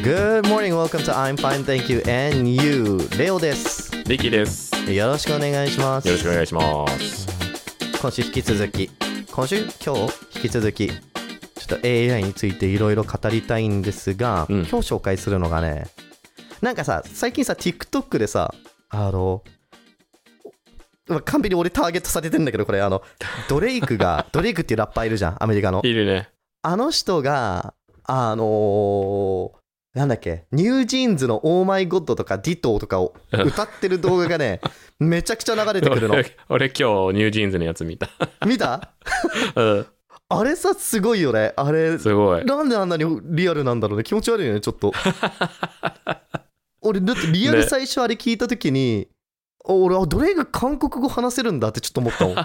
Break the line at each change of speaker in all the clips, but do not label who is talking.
Good morning, welcome to I'm fine, thank you and you レオです
リキです。
よろしくお願いします
よろしくお願いします。
今週引き続き今週今日引き続きちょっと AI についていろいろ語りたいんですが、
うん
今日紹介するのがねなんかさ最近さ TikTok でさあのまあ完璧に俺ターゲットされてんだけどこれあのドレイクがドレイクっていうラッパーいるじゃんアメリカの
いるね。
あの人があのーなんだっけニュージーンズの「オーマイゴッド」とか「ディトー」とかを歌ってる動画が ねめちゃくちゃ流れてくるの
俺俺今日ニュージーンズのやつ見た。
見た
うん、
あれさ、すごいよね。あれ、
すごい。
なんであんなにリアルなんだろうね。気持ち悪いよね、ちょっ と。俺、だってリアル
ね
最初あれ聞いたときに、俺、あドレイが韓国語話せるんだってちょっと思ったも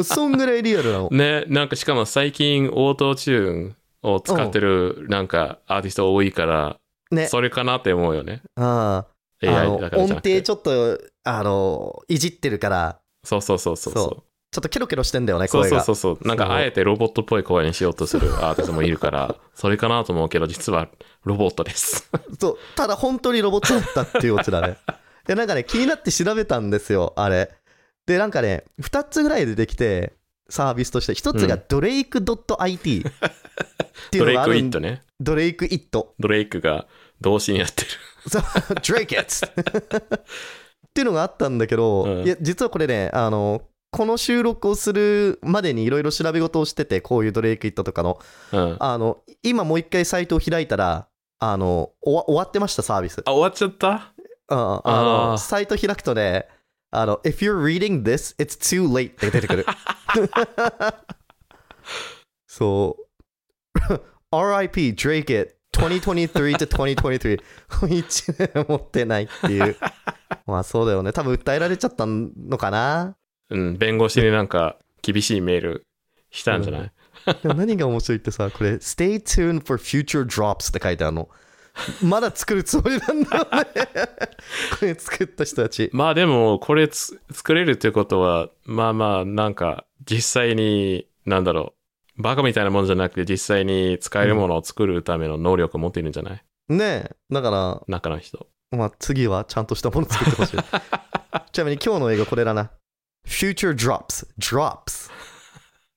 ん。 そんぐらいリアルなの。
ね、なんかしかも最近オートチューンを使ってるなんかアーティスト多いから、
ね。
それかなって思うよね。
あああ
AI
の
だから
音
じゃなくて
程ちょっと、あの、いじってるから、
そうそうそうそうそ
ち
う。
ょっとケロケロしてんだよね、
そう
声
そう
が。
そうそうなんかあえてロボットっぽい声にしようとするアーティストもいるからそれかなと思うけど実はロボットです
そうただ本当にロボットだったっていうオチだ ね。いやなんかね、気になって調べたんですよ、あれ。で、なんかね、2つぐらい出てきて、サービスとして、1つが
う
ドレイク .it っていう
ド
の
レイ
があ
ク・イ
る
ッ
ん
トね
ドレイク IT。
ドレイクが同時にやってる
そう Drake it っていうのがあったんだけど、
うん
いや、実はこれね、あの、この収録をするまでにいろいろ調べ事をしてて、こういうドレイク IT とかの、
うんあ
あの、今もう一回サイトを開いたら、あの、終わ終わってました、サービス。
終わっちゃった
うんあの
あー
サイト開くとね、あの、If you're reading this, it's too late って出てくる。 そう。RIP Drake it 2023 to 2023。1年 持ってないっていう。 まあそうだよね。多分訴えられちゃったのかな。
うん、弁護士になんか厳しいメールしたんじゃない、
うでも何が面白いってさ、これ、Stay tuned for future drops って書いてあるの。まだ作るつもりなんだよね。 これ作った人たち。
まあでも、これつ作れるってことは、まあまあ、なんか、実際に、なんだろう、バカみたいなもんじゃなくて、実際に使えるものを作るための能力を持っているんじゃない
ねえ。だから、
中の人。
まあ、次はちゃんとしたもの作ってほし い。ちなみに今日の映画これだな。Future Drops。Drops。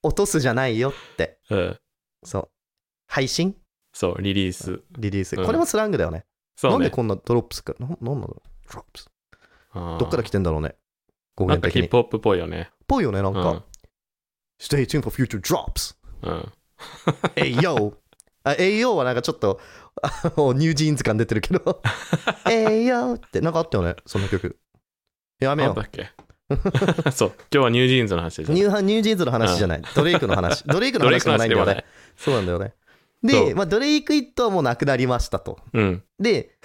落とすじゃないよって。
うん。
そう。配信
そう、リリース。
リリース。
うん
これもスラングだよね。
そう、ね。
なんでこんなドロップスか。ななんなのドロップス。
あー
どっから来てんだろうね。語
なん
源
か
的
ヒッ
に。
プホップっぽいよね。
ぽいよね、なん
う
か
ん。。
Stay tuned for future drops.
うん。
えいよあ、えいよはなんかちょっと、あのニュージーンズ感出てるけ ど。えいよって、なんかあったよね、その曲。やめ
な
よ
ん
う
だ。っけ そう、今日はニュージーンズの話でしょ
ニューニュージーンズの話じゃない。ドレイクの 話。ドレイクの
ドレイ
話
ク
で
の
も
話
ないんだよね。そうなんだよね。で、
そう
まあ、ドレイクイットはもうなくなりましたと。
ではないうん。
で、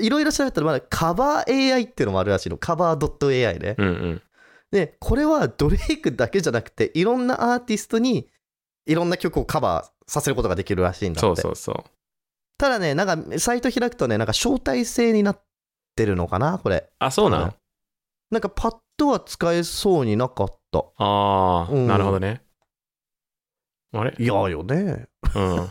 いろいろ調べたら、まだカバー AI っていうのもあるらしいの。カバー .ai ね。
うんうん。
で、これはドレイクだけじゃなくて、いろんなアーティストにいろんな曲をカバーさせることができるらしいんだって。
そうそうそ
ただね、なんかサイト開くとね、なんか招待制になってるのかな、これ。
う。あ、そうなの
うんなんかパッとは使えそうになかった。
ああ、
うん
なるほどね。あれ
いやよね。
うん。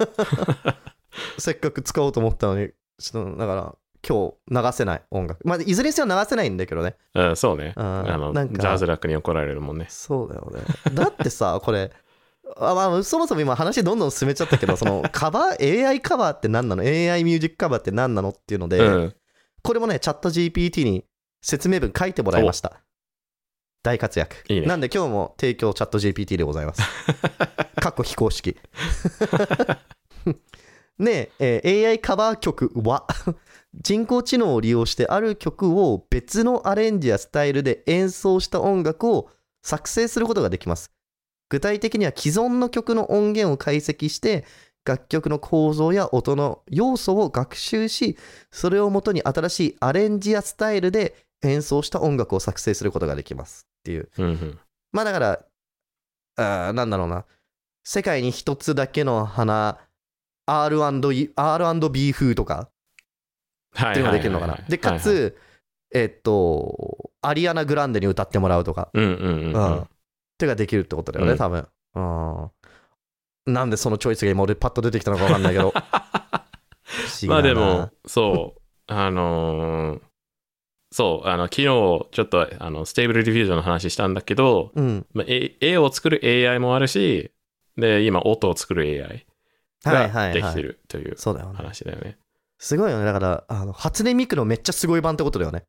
せっかく使おうと思ったのに、ちょっとだから、今日流せない音楽。まあ、いずれにせよ流せないんだけどね。
うん、そうね。
あー
あの、ジ
な
ャ
んか
ーズラックに怒られるもんね。
そうだよね。だってさ、 これ、あまあ、そもそも今話どんどん進めちゃったけ ど、そのカバー、AI カバーって何なの ?AI ミュージックカバーって何なのっていうので、
うん。
これもね、チャット GPT に説明文書いてもらいました。大活躍。
いいね
なんで今日も提供チャット GPT でござい ます。かっこ非公式。 ねええー AI カバー曲は人工知能を利用してある曲を別のアレンジやスタイルで演奏した音楽を作成することができます。具体的には既存の曲の音源を解析して楽曲の構造や音の要素を学習しそれをもとに新しいアレンジやスタイルで演奏した音楽を作成することができますっていう
うんうん。
まあだから、あーなんだろうな。世界に一つだけの花、R&E R&B 風とか
は
っていうのができるのかな。で、か、つ、えっと、アリアナ・グランデに歌ってもらうとか、
はいはいはいうんうんう
うんん。ってができるってことだよね、
うん
多分。 うん。なんでそのチョイスが今俺パッと出てきたのか分かんないけど。議だな
まあでも、そう、 あのーそう、あの、昨日、ちょっと、あの、ステーブルディフュージョンの話したんだけど、
うん
まあ、絵絵を作る AI もあるし、で、今、音を作る AI
はいは
が
い
でき
は
て
い
るという
そうだよね
話だよ ね。
すごいよねだからあの初音ミクのめっちゃすごい版ってことだよね、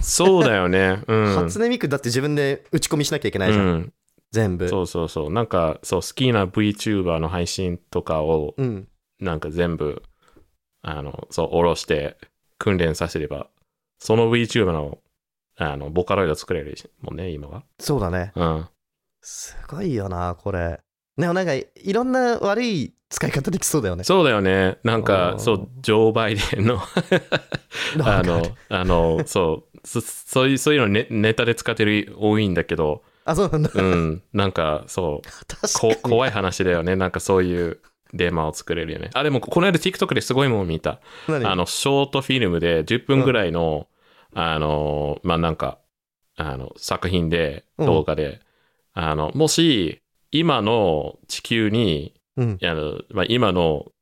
そうだよね。うん。
初音ミクだって自分で打ち込みしなきゃいけな
う
いじゃん、
ん、
全部
そうそうそう。なんか、そう、好きな VTuber の配信とかを、
うん
なんか全部、あの、そう、下ろして、訓練させれば、その VTuber の、あの、ボカロイド作れるもんね、今は。
そうだね
うん。
すごいよなこれでもなんかいろんな悪い使い方できそうだよね
そうだよね。なん
あー
か、そう、ジョー・バイデ ンの、
な
あ
んか
の、あの、そう、そそういう、そういうのネネタで使ってる多いんだけど、
あそうなんだ、
うん、なんか、そう、
確か
こ
に
怖い話だよね。なんかそういうデマを作れるよね。あ、でも、この間 TikTok ですごいもん見た。
何
あの、ショートフィルムで10分ぐらいの、あの、まあ、なんか、あの、作品で、
うん
動画で、あの、もし、今の地球に、
うん
あの、まあ、今の、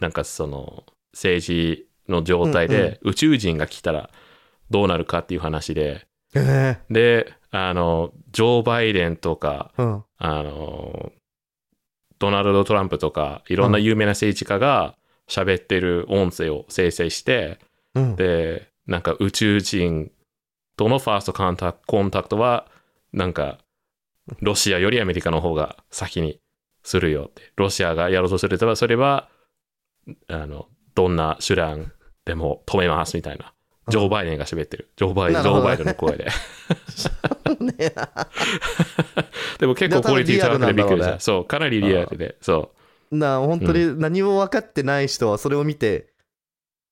なんかその、政治の状態
うんうん
で、宇宙人が来たらどうなるかっていう話で、
へえ
で、あの、ジョー・バイデンとか、
うん
あの、ドナルド・トランプとか、いろんな有名な政治家が喋ってる音声を生成して、
うん
で、なんか宇宙人とのファーストコンタクコンタクトは、なんか、ロシアよりアメリカの方が先にするよって。ロシアがやろうとすれば、それは、あの、どんな手段でも止めますみたいな。ジョー・バイデンが喋ってる。ジョー・バイデン、
なる
ジ
ほ
ョ
ど
ー・バイデンの 声で。
ね
でも結構クオリティ高くてびっく
だからリアルなんだろ
りし
う
た。
ね
そう、かなりリアルで。そう。
な本当に何も分かってない人はそれを見て、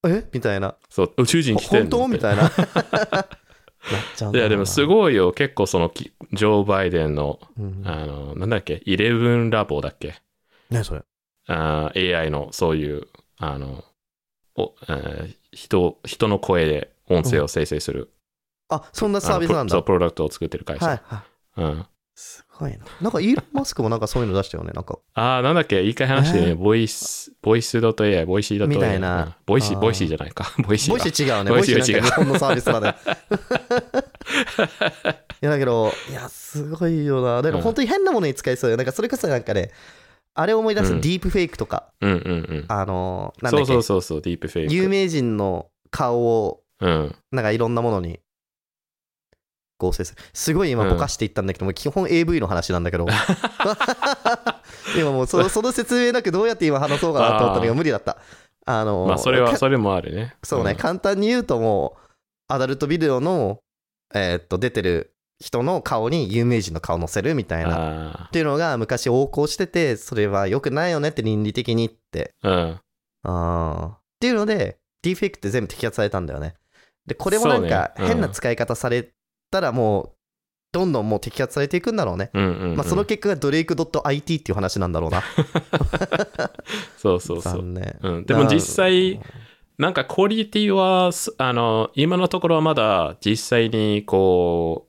えみたいな
そう、宇宙人来てん
本
の
当みたい ななっちゃうん
い
だ
や、でもす
い、
ごいよ。結構そのき、ジョー・バイデンの、
うん、
あの、なんだっけ、イレブンラボだっけ
何それ
あー ?AI のそういう、あの、おえー人、人の声で音声を生成する。
あそんな
あの
サービスなん
プロそ
だ
う、プロダクトを作ってる会社。
はいはい
うん。
すごいななんかイーロン・マスクもなんかそういうの出したよねなんか
ああ、なんだっけ、いい回話でね、
え
ボイス、ボイス .ai、ボイシー .ai。
みたいな
うんボイシ
あ
ー、
ー
ボイシーじゃないか。 ボイシー
ボイ
は。
シー違うね。ボイ
ボイ
シ
シ
ー
ー
なんか日
違う
本のサービス まで。いやだけど、いや、すごいよな。だから
うん
本当に変なものに使えそうよ。なんかそれこそなんかね、あれ思い出す、
うん
ディープフェイクとか、
うんうん
あのー、
うん。
なんだっ
そ
け
うそうそうそう、ディープフェイク。
有名人の顔を、
うん。
なんかいろんなものに合成する。すごい今、ぼかしていったんだけど、もう基本 AV の話なんだけ ど。今もうそ、その説明なくどうやって今話そうかなと思ったのが無理だった。あのー、
まあ、それは、それもあるね。
そうね、
ん
簡単に言うともう、アダルトビデオの、えーっと、出てる人の顔に有名人の顔載せるみたいな。っ
あ
ていうのが昔横行してて、それは良くないよねって倫理的にって。
あ。うん。
あーっていうので、ディーフェイクって全部摘発されたんだよね。で、これもなんか
そうねうん
変な使い方されたらもう、どんどんもう摘発されていくんだろうね。
うんうんうん
まあ、その結果がドレイク .it っていう話なんだろうな。
そうそうそう。
残念。
うん、でも実際、なんかクオリティは、すあの、今のところはまだ実際にこ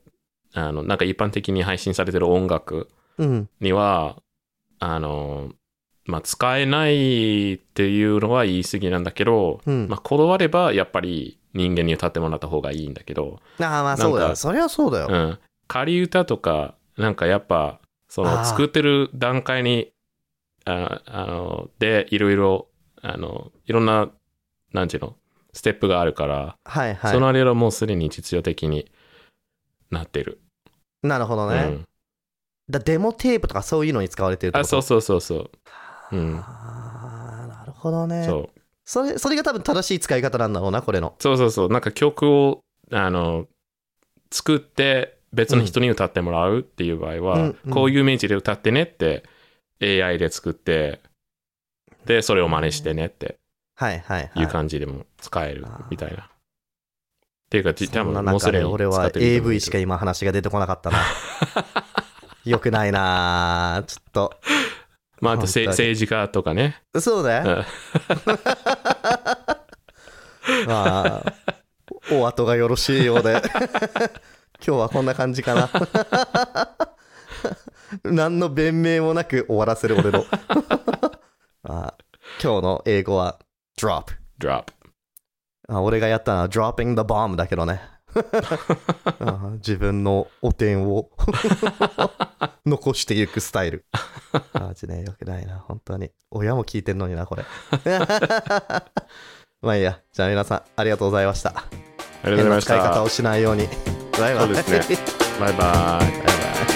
う、あの、なんか一般的に配信されてる音楽
うん。
には、あの、まあ、使えないっていうのは言い過ぎなんだけど、
うん。
まあ、こだわればやっぱり人間に歌ってもらった方がいいんだけど、
ああ、まあそうだ
なん
よ。
か
それはそうだよ。
うん。仮歌とか、なんかやっぱ、そ
あー
の作ってる段階に、ああの、で、いろいろ、あの、いろんな、なんていうの、ステップがあるから、
はいはい。
そのあれはもうすでに実用的になってる。
なるほどね。
うん、
だデモテープとかそういうのに使われてるってこ
あ、
と
そうそうそうそう。うん。
あーなるほどねそ
そう
れそれが多分正しい使い方なんだろうなこれの
そうそうそう。なんか曲を、あの、作って別の人に歌ってもらうっていう場合は、
うんうん
こういうイメージで歌ってねって AI で作って、で、それを真似してねって
はいはいはい
いう感じでも使える
あー
みたいな。っていうか、じ多
そんな
分もうす
中で
でに
俺
使
は
ってると思うけど
AV しか今話が出てこなかった なよくないなちょっと
まあ、あとせ
本当に
政治家とかね。
そうね
うん
まあお後がよろしいようで 今日はこんな感じかな 何の弁明もな く終わらせる俺のまあ今日の英語は Drop
drop.
あ俺がやったのは dropping the bomb だけどね。あ自分の汚点を 残していくスタイル。マジね、よくないな、本当に。親も聞いてんのにな、これ。 まあいいや、じゃあ皆さんありがとうございました。
ありがとうございました。
変な使い方をしないように。バイバイ。
そうですねバイバイ。
バイバイ